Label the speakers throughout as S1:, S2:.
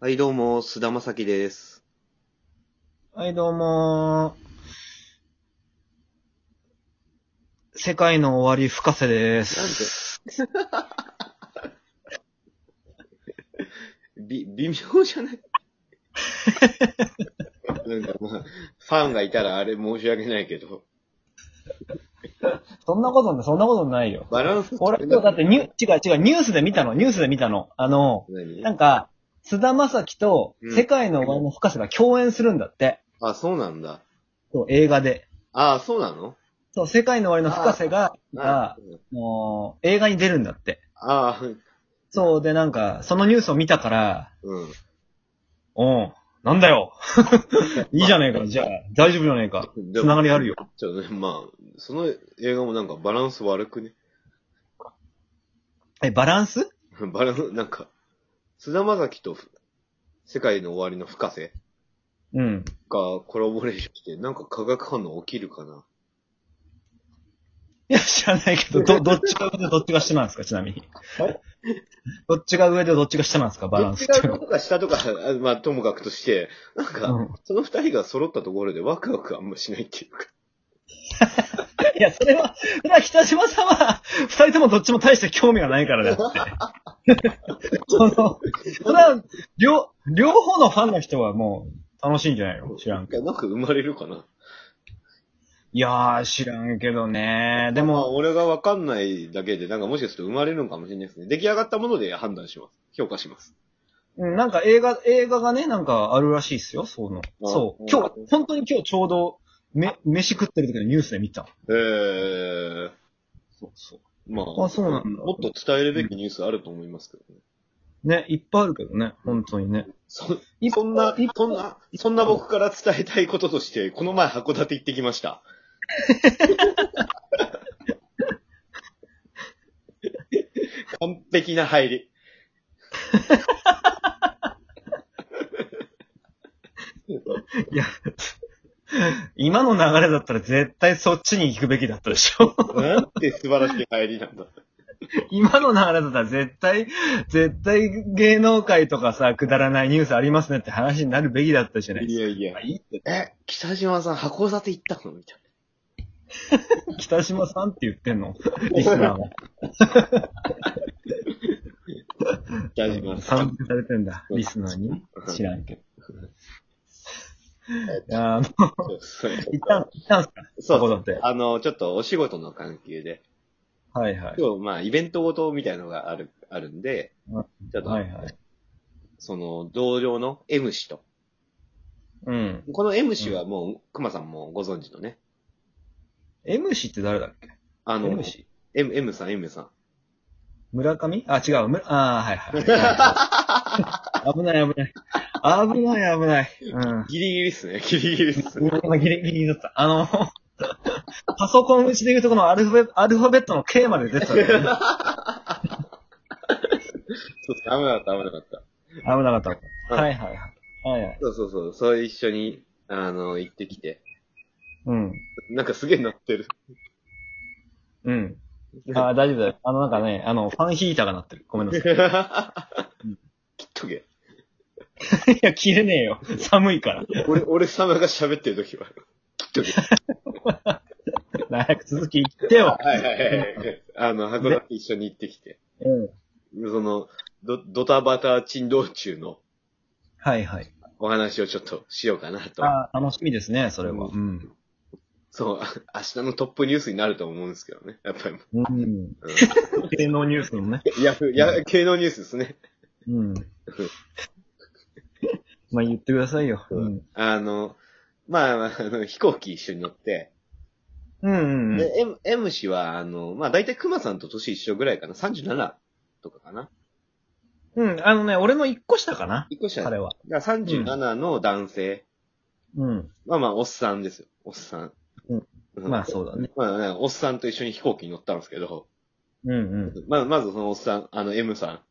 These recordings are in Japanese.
S1: はい、どうも、菅田正樹です。
S2: はい、どうもー。世界の終わり、深瀬です。
S1: び、微妙じゃない なんかまあ、ファンがいたらあれ申し訳ないけど、
S2: そんなことない、そんなことないよ。
S1: バランス
S2: 俺、今日だってニュ、違う違う、ニュースで見たの、ニュースで見たの。あの、
S1: 何
S2: なんか、菅田正樹と
S1: うん
S2: 世界の終わりの深瀬が共演するんだって。
S1: あ、そうなんだ。
S2: そう、映画で。
S1: あそうなの
S2: そう、世界の終わりの深瀬が、
S1: あ
S2: がもう、映画に出るんだって。
S1: あー、
S2: そう、でなんか、そのニュースを見たから、
S1: うん。
S2: おん、なんだよ。 いいじゃねえか、じゃあ、大丈夫じゃねえか。
S1: で
S2: つな
S1: も、
S2: がりあるよ。
S1: ちょっとね、まあ、その映画もなんかバランス悪くね。
S2: え、バランス
S1: バランス、なんか、菅田正樹とふ世界の終わりの深瀬
S2: うん。
S1: がコラボレーションして、なんか化学反応起きるかない
S2: や、知らないけど、ど、どっちが上でどっちが下なんですか、ちなみに。どっちが上でどっちが下なんですか、バランス
S1: ど
S2: っ
S1: っち
S2: ていう
S1: が
S2: の
S1: 上とか下とか、あまあ、ともかくとして、なんか、
S2: は。うん
S1: その二人が揃ったところでワクワクあんましないっていうか。
S2: いや、それは、それは北島さんは、二人ともどっちも大して興味がないからだよ って。その、それは、両、両方のファンの人はもう、楽しいんじゃないの知らんけど。
S1: なんか生まれるかな。
S2: いやー、知らんけどね。で
S1: まあ、
S2: も、
S1: 俺がわかんないだけで、なんかもしかすると生まれるのかもしれないですね。出来上がったもので判断します。評価します。
S2: うんなんか映画、映画がね、なんかあるらしいっすよ、その。
S1: あ
S2: そう
S1: う。ん
S2: 今日、本当に今日ちょうど、め、飯食ってる時のニュースで見た。
S1: えー、
S2: そうそう。
S1: まあ、
S2: あそうなんだ
S1: もっと伝えるべきニュースあると思いますけどね。
S2: ね、いっぱいあるけどね、本当にね。
S1: そ
S2: いっぱい
S1: そんな、
S2: いっぱい
S1: そんな、そんな僕から伝えたいこととして、この前函館行ってきま した。完璧な入り。
S2: 今の流れだったら絶対そっちに行くべきだったでしょ。
S1: なんて素晴らしい入りなんだ。
S2: 今の流れだったら絶対、絶対芸能界とかさ、くだらないニュースありますねって話になるべきだったじゃない
S1: いやいや
S2: まあ。いい
S1: え、北島さん函館行ったのみたい
S2: 北島さんって言って んのリスナーは。
S1: な。北島さ
S2: 賛
S1: ん。
S2: 成されてんだ、リスナーに。知らんけど。
S1: えっ
S2: いやー、もう、
S1: とそう
S2: 一旦、一旦っすか
S1: そう
S2: 函館
S1: あの、ちょっとお仕事の関係で、
S2: はいはい。
S1: 今日まあイベントごとみたいのがある、あるんで
S2: うん、
S1: ちょっと、
S2: はいはい。
S1: その、同僚の M 氏と。
S2: うん。
S1: この M 氏はもう、熊さんもご存知のね。
S2: M 氏って誰だっけ
S1: あの、
S2: ?M 氏
S1: M, M さん、M さん。
S2: 村上あ、違う。むああ、はい はい。危ない危ない。危ない危ない。うん。
S1: ギリギリっすね、 ギリギリっすね。
S2: 今今ギリギリだった。あの、 パソコン打ちで言うとこのアルファベアルファベットの K まで出てた、ね。危
S1: そう危な
S2: な
S1: かった、危なかった。
S2: かった。はいはいはい。はいはい。
S1: そうそうそう、それ一緒に、あの、行ってきて。
S2: うん。
S1: なんかすげえなってる。
S2: うん。ああ、大丈夫だよ。あのなんかね、あの、ファンヒーターが鳴ってる。ごめん なさい。
S1: 切っとけ。
S2: いや、切れねえよ。寒いから。
S1: 俺、俺様が喋ってる時は。切っとけ。
S2: 早く続き言ってよ。
S1: はいはいはいはい。 あの、函館一緒に行ってきて。
S2: うん。
S1: その、ど、ドタバタ珍道中の
S2: はいはい。
S1: お話をちょっとしようかなと。
S2: ああ、楽しみですね、それは。
S1: う
S2: うん。
S1: そう、あ明日のトップニュースになると思うんですけどね。やっぱり。
S2: うん。芸能ニュースのね。
S1: うん、 ヤフー、ヤフー系のニュースですね。
S2: うん。まあ言ってくださいよ。うん。
S1: あの、まあ、あの、飛行機一緒に乗って、
S2: うんうんうん。
S1: で、M、M 氏は、あの、まあ、大体熊さんと年一緒ぐらいかな。37とかかな。
S2: うん、あのね、俺の一個下かな
S1: 一個下だ
S2: 彼は。
S1: から37の男性。
S2: うん。
S1: まあまあ、おっさんですよ。おっさん。
S2: うん
S1: うん
S2: まあそうだね。
S1: まあね、おっさんと一緒に飛行機に乗ったんですけど、
S2: うん
S1: まあ、まずそのおっさん、あの M さ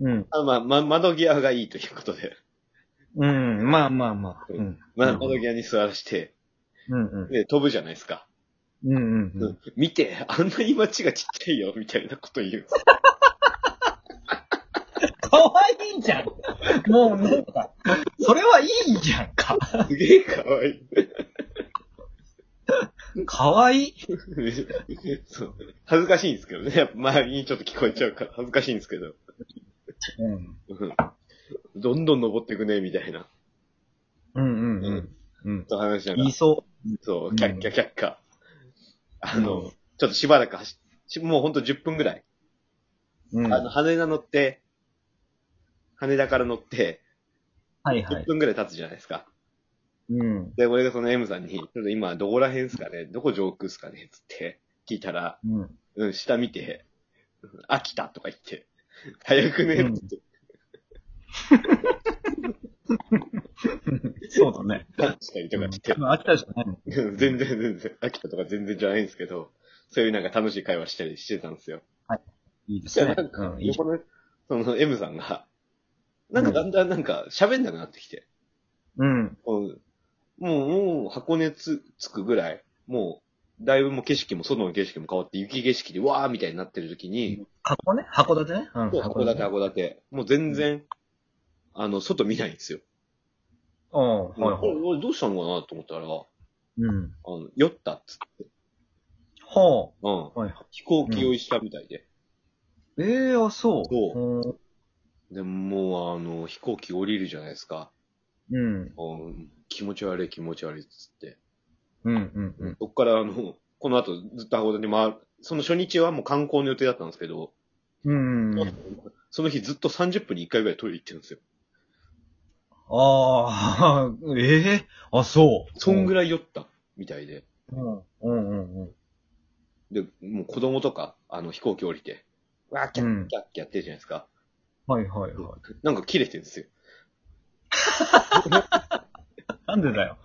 S1: ん。
S2: うん。うん。
S1: あまあ、ま、窓際がいいということで、
S2: うん。まあまあまあ。うん。
S1: まあ、
S2: うん
S1: 窓際に座らして、
S2: うんうん。
S1: で、飛ぶじゃないですか。
S2: うんうん
S1: う
S2: うん
S1: ん見て、あんなに街がちっちゃいよ、みたいなこと言うんです
S2: 可愛いじゃん。もうなんか、それはいいじゃんか。
S1: すげえ可愛い。
S2: 可愛い。
S1: そう。恥ずかしいんですけどね。やっぱ周りにちょっと聞こえちゃうから、恥ずかしいんですけど。
S2: うん。
S1: うんどんどん登っていくね、みたいな。
S2: うんうんうん。
S1: と話し
S2: う。
S1: なんが
S2: 言
S1: ら
S2: い。そう。
S1: そうう、
S2: ん
S1: キャッキャキャッカ。あの、
S2: う
S1: ちょ
S2: ん
S1: っとしばらく走っしもうほんと10分ぐらい。
S2: うん。
S1: あの、
S2: は
S1: 羽田乗って、羽田から乗って、
S2: いは
S1: 10
S2: い。
S1: 分ぐらい経つじゃないですか。
S2: うん。
S1: で、俺がその M さんに、ちょっと今どこら辺っすかねどこ上空っすかねつって聞いたら、
S2: うん。
S1: うん、下見て、うん秋田とか言って、早くねっつって、
S2: そうだね。
S1: ダンしたりとかして
S2: 多、分飽きたじゃないの。
S1: うん全然全然、秋田とか全然じゃないんですけど、そういうなんか楽しい会話したりしてたんですよ。
S2: いいで
S1: じ
S2: す
S1: ゃ
S2: ね。
S1: なんか
S2: う、ん。いい
S1: 横の、その M さんが、なんかだんだんなんか喋んなくなってきて、
S2: うん。
S1: うんもう、もう箱根つ、つくぐらい、もう、だいぶもう景色も外の景色も変わって雪景色でわーみたいになってる時に、
S2: 箱ね函館ね。うん。
S1: そう函館、
S2: ね。
S1: 函館。もう全然、あの、外見ないんですよ。
S2: うん。はいは
S1: おい
S2: い。
S1: おいどうしたのかなと思ったら、あ
S2: うん。
S1: の、酔ったっつって、
S2: ほ
S1: うん。
S2: う。はい
S1: 飛行機酔いしたみたいで。
S2: ええー、あ、そう。う。
S1: でも、もう、あの、飛行機降りるじゃないですか。
S2: うん。
S1: うん気持ち悪い気持ち悪いっつって。
S2: うん。うん。うん。
S1: そっから、あの、この後ずっと函館回る。その初日はもう観光の予定だったんですけど、
S2: うん。
S1: その日ずっと30分に1回ぐらいトイレ行ってるんですよ。
S2: ああ、え えあ、そう。
S1: そんぐ
S2: らい。
S1: らい酔ったみたいで。
S2: うん、うん、うんうん。
S1: で、もう子供とか、あの、飛行機降りて、わーキャッキャッキャッやってるじゃないですか。
S2: はい、はい、はい。
S1: なんか切れてるんですよ。
S2: なんでだよ。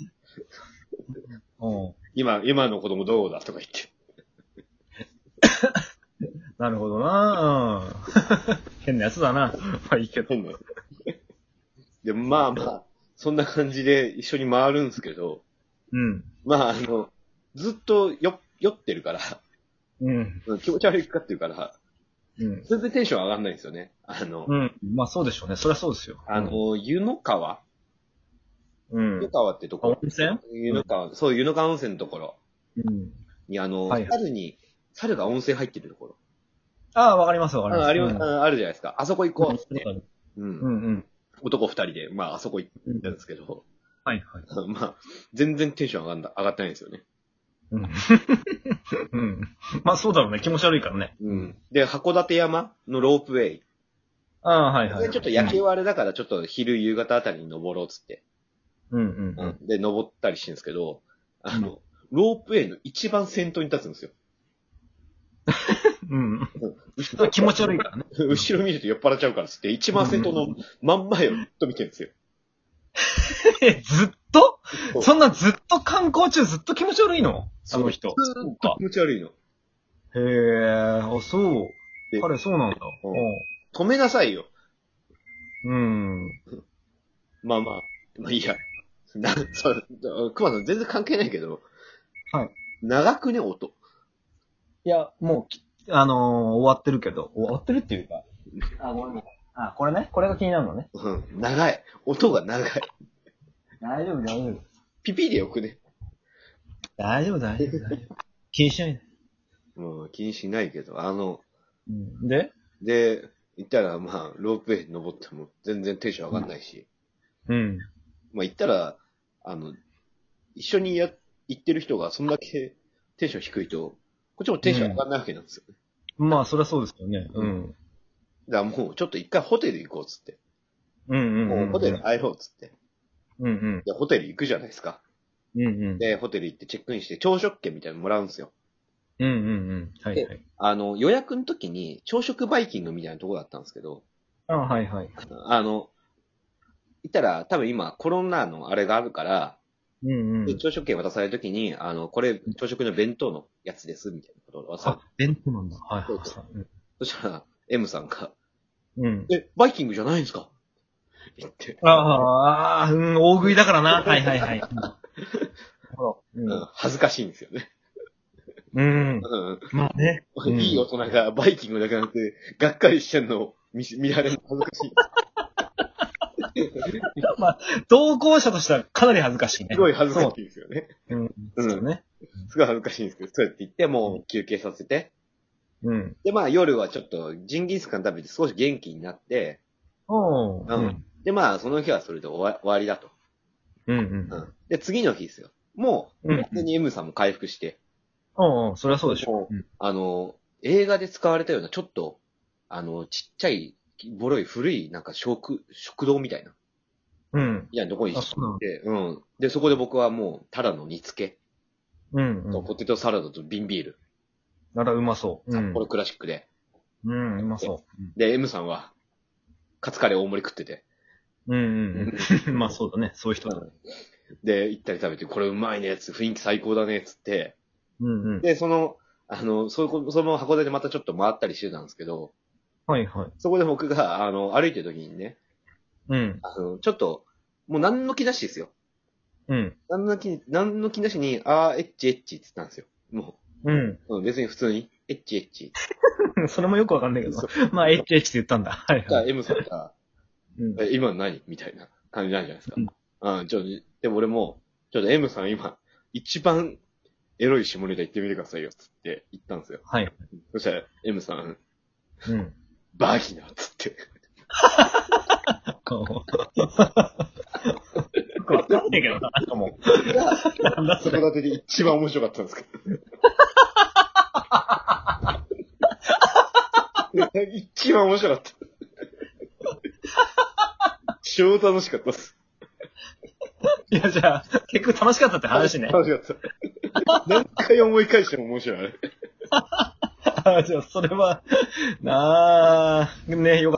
S2: う
S1: 今、今の子供どうだとか言って。
S2: ん。なるほどな。うん。変なやつだな。まあいいけど。
S1: 変な。で、まあまあ、そんな感じで一緒に回るんですけど、
S2: うん。
S1: まああの、ずっと酔酔ってるから、
S2: うん。
S1: 気持ち悪いかっていうから、
S2: うん。
S1: 全然テンション上がんないんですよね。あの、
S2: うん。まあそうでしょうね。そりゃそうですよ。
S1: あ、の、湯の川
S2: うん。
S1: 湯の
S2: あ
S1: 川ってとこ
S2: 温
S1: ろ。
S2: 泉
S1: 湯の川、そう、湯の川温泉のところ
S2: うん。
S1: に、あの、
S2: はい
S1: 猿に、猿が温泉入ってるところ。
S2: ああ、わかります、わかりま
S1: あ
S2: す。
S1: あります、ああるじゃないですか。あそこ行こうっつって。う。
S2: うんん、うん。
S1: 男二人で、まあ、あそこ行ったんですけど、
S2: はい、はい。
S1: まあ、全然テンション上がんだ上がってないんですよね。
S2: うん。うん。まあそうだろうね。気持ち悪いからね。
S1: うん。で、函館山のロープウェイ。
S2: ああ、はいはい。
S1: でちょっと夜景はあれだから、ちょっと昼夕方あたりに登ろうっつって。
S2: うんうんうん。
S1: で、登ったりしてるんですけど、あの、ロープウェイの一番先頭に立つんですよ。
S2: うん。うん、 気持ち悪い からね。
S1: 後ろ見ると酔っ払っちゃうからっつって、一番先頭の真ん前をずっと見てるんですよ。
S2: え、ずっと
S1: そう
S2: そんなずっと観光中ずっと気持ち悪いのあの人。
S1: ずーっと気持ち悪いの。
S2: へえ、あ、そう
S1: で。
S2: 彼そうなんだ。
S1: うん止めなさいよ。
S2: うん。うん。
S1: まあまあ、まあいいや。な、そう、熊さん全然関係ないけど。
S2: はい。
S1: 長くね、音。
S2: いや、もうき、あのー終わってるけど。終わってるっていうか。あ、ごめんごめん。あ、これね。これが気になるのね。
S1: うん、長い。音が長い。
S2: 大丈夫、大丈夫。
S1: ピピでよくね。
S2: 大丈夫、大丈夫、大丈夫。気にしないで。
S1: うん、気にしないけど、あの、
S2: うん、で
S1: で、行ったら、まあ、ロープウェイ登っても全然テンション上がんないし、
S2: うん。
S1: まあ行ったら、あの、一緒にや、行ってる人がそんだけテンション低いと、こっちもテンション上がんないわけなんですよ。
S2: まあ、そりゃそうですよね。うん。
S1: だからもう、ちょっと一回ホテル行こうっつって。
S2: うんうんうん、
S1: も
S2: うん。
S1: うホテル入ろうっつって。
S2: うんうん。
S1: で、ホテル行くじゃないですか。
S2: うんうん。
S1: で、ホテル行ってチェックインして、朝食券みたいなのもらうんですよ。
S2: うんうんうん。はいはい。
S1: あの、予約の時に、朝食バイキングみたいなとこだったんですけど、
S2: あはいはい。
S1: あの、行ったら、多分今、コロナのあれがあるから、
S2: うんう
S1: で
S2: ん。
S1: 朝食券渡されるときに、あの、これ、朝食の弁当のやつです、みたいなことを渡され
S2: あ、弁当なんだ。はいはい
S1: そ
S2: はい。
S1: そしたら、M さんが、
S2: うんうん。
S1: え、バイキングじゃないんですか言って、
S2: ああ、うん、大食いだからな。はいはいはい。なるほど。
S1: うん恥ずかしいんですよね。
S2: うん。
S1: うん。
S2: まあね。うん
S1: いい大人がバイキングだけなくて、がっかりしてんのを見せ見られるの恥ずかしい。
S2: 同行者としてはかなり恥ずかしいね。
S1: すごい恥ずかしいですよね。
S2: そう。うん。
S1: うん
S2: そうね。
S1: すごい恥ずかしいんですけど、そうやって言って、もう休憩させて。
S2: うん。
S1: で、まあ夜はちょっとジンギスカン食べて少し元気になって、
S2: おー。
S1: うん。で、まあその日はそれで終わ終わりだと。
S2: うんうん
S1: う。ん。で、次の日ですよ。もう、
S2: うん
S1: 完全に M さんも回復して、
S2: おー、そりゃそうでしょ。うん
S1: あの、映画で使われたようなちょっと、あの、ちっちゃい、ボロい古い、なんか食、食堂みたいな。
S2: うん。
S1: いや、どこに行
S2: あ、
S1: っ
S2: そうなの
S1: て、うん。で、そこで僕はもう、ただの煮付け
S2: うんう
S1: と、
S2: ん。
S1: ポテトサラダと瓶ビール。
S2: ならうまそう。うん
S1: こ。れクラシックで。
S2: うん、うまそう。
S1: で、M さんは、カツカレー大盛り食ってて。
S2: うんうん うん。まあそうだね。そういう人だね。
S1: で、行ったり食べて、これうまいね、つって雰囲気最高だね、つって。
S2: うんうん。
S1: で、その、あの、そこ、その箱根でまたちょっと回ったりしてたんですけど、
S2: はいはい。
S1: そこで僕が、あの、歩いてる時にね、
S2: うん。
S1: あの、ちょっと、もう何の気なしですよ。
S2: うん。
S1: 何の気、何の気なしに、あー、エッチエッチって言ったんですよ。も
S2: うん。
S1: う、うん別に普通に、エッチエッチ。
S2: それもよくわかんない けど。まあ、HH って言ったんだ。はい
S1: じゃあ、
S2: はい。
S1: M さんが、
S2: うん
S1: え、今の何みたいな感じなんじゃないですか。うん、ちょ、でも俺も、ちょっと M さん今、一番エロい下ネタ言ってみてくださいよ、つって言ったんですよ。
S2: はい。
S1: そしたら M さん、
S2: うん。
S1: バギナ、つって。
S2: わ かんないけどな、なんかも
S1: なんだそれ。で一番面白かったんですけど。一番面白かった。超楽しかったです。
S2: う。いや、じゃあ、結局楽しかったって話ね。
S1: 楽しかった。何回思い返しても面白い、あれ。
S2: あじゃあ、それは、なあ、ね、よかった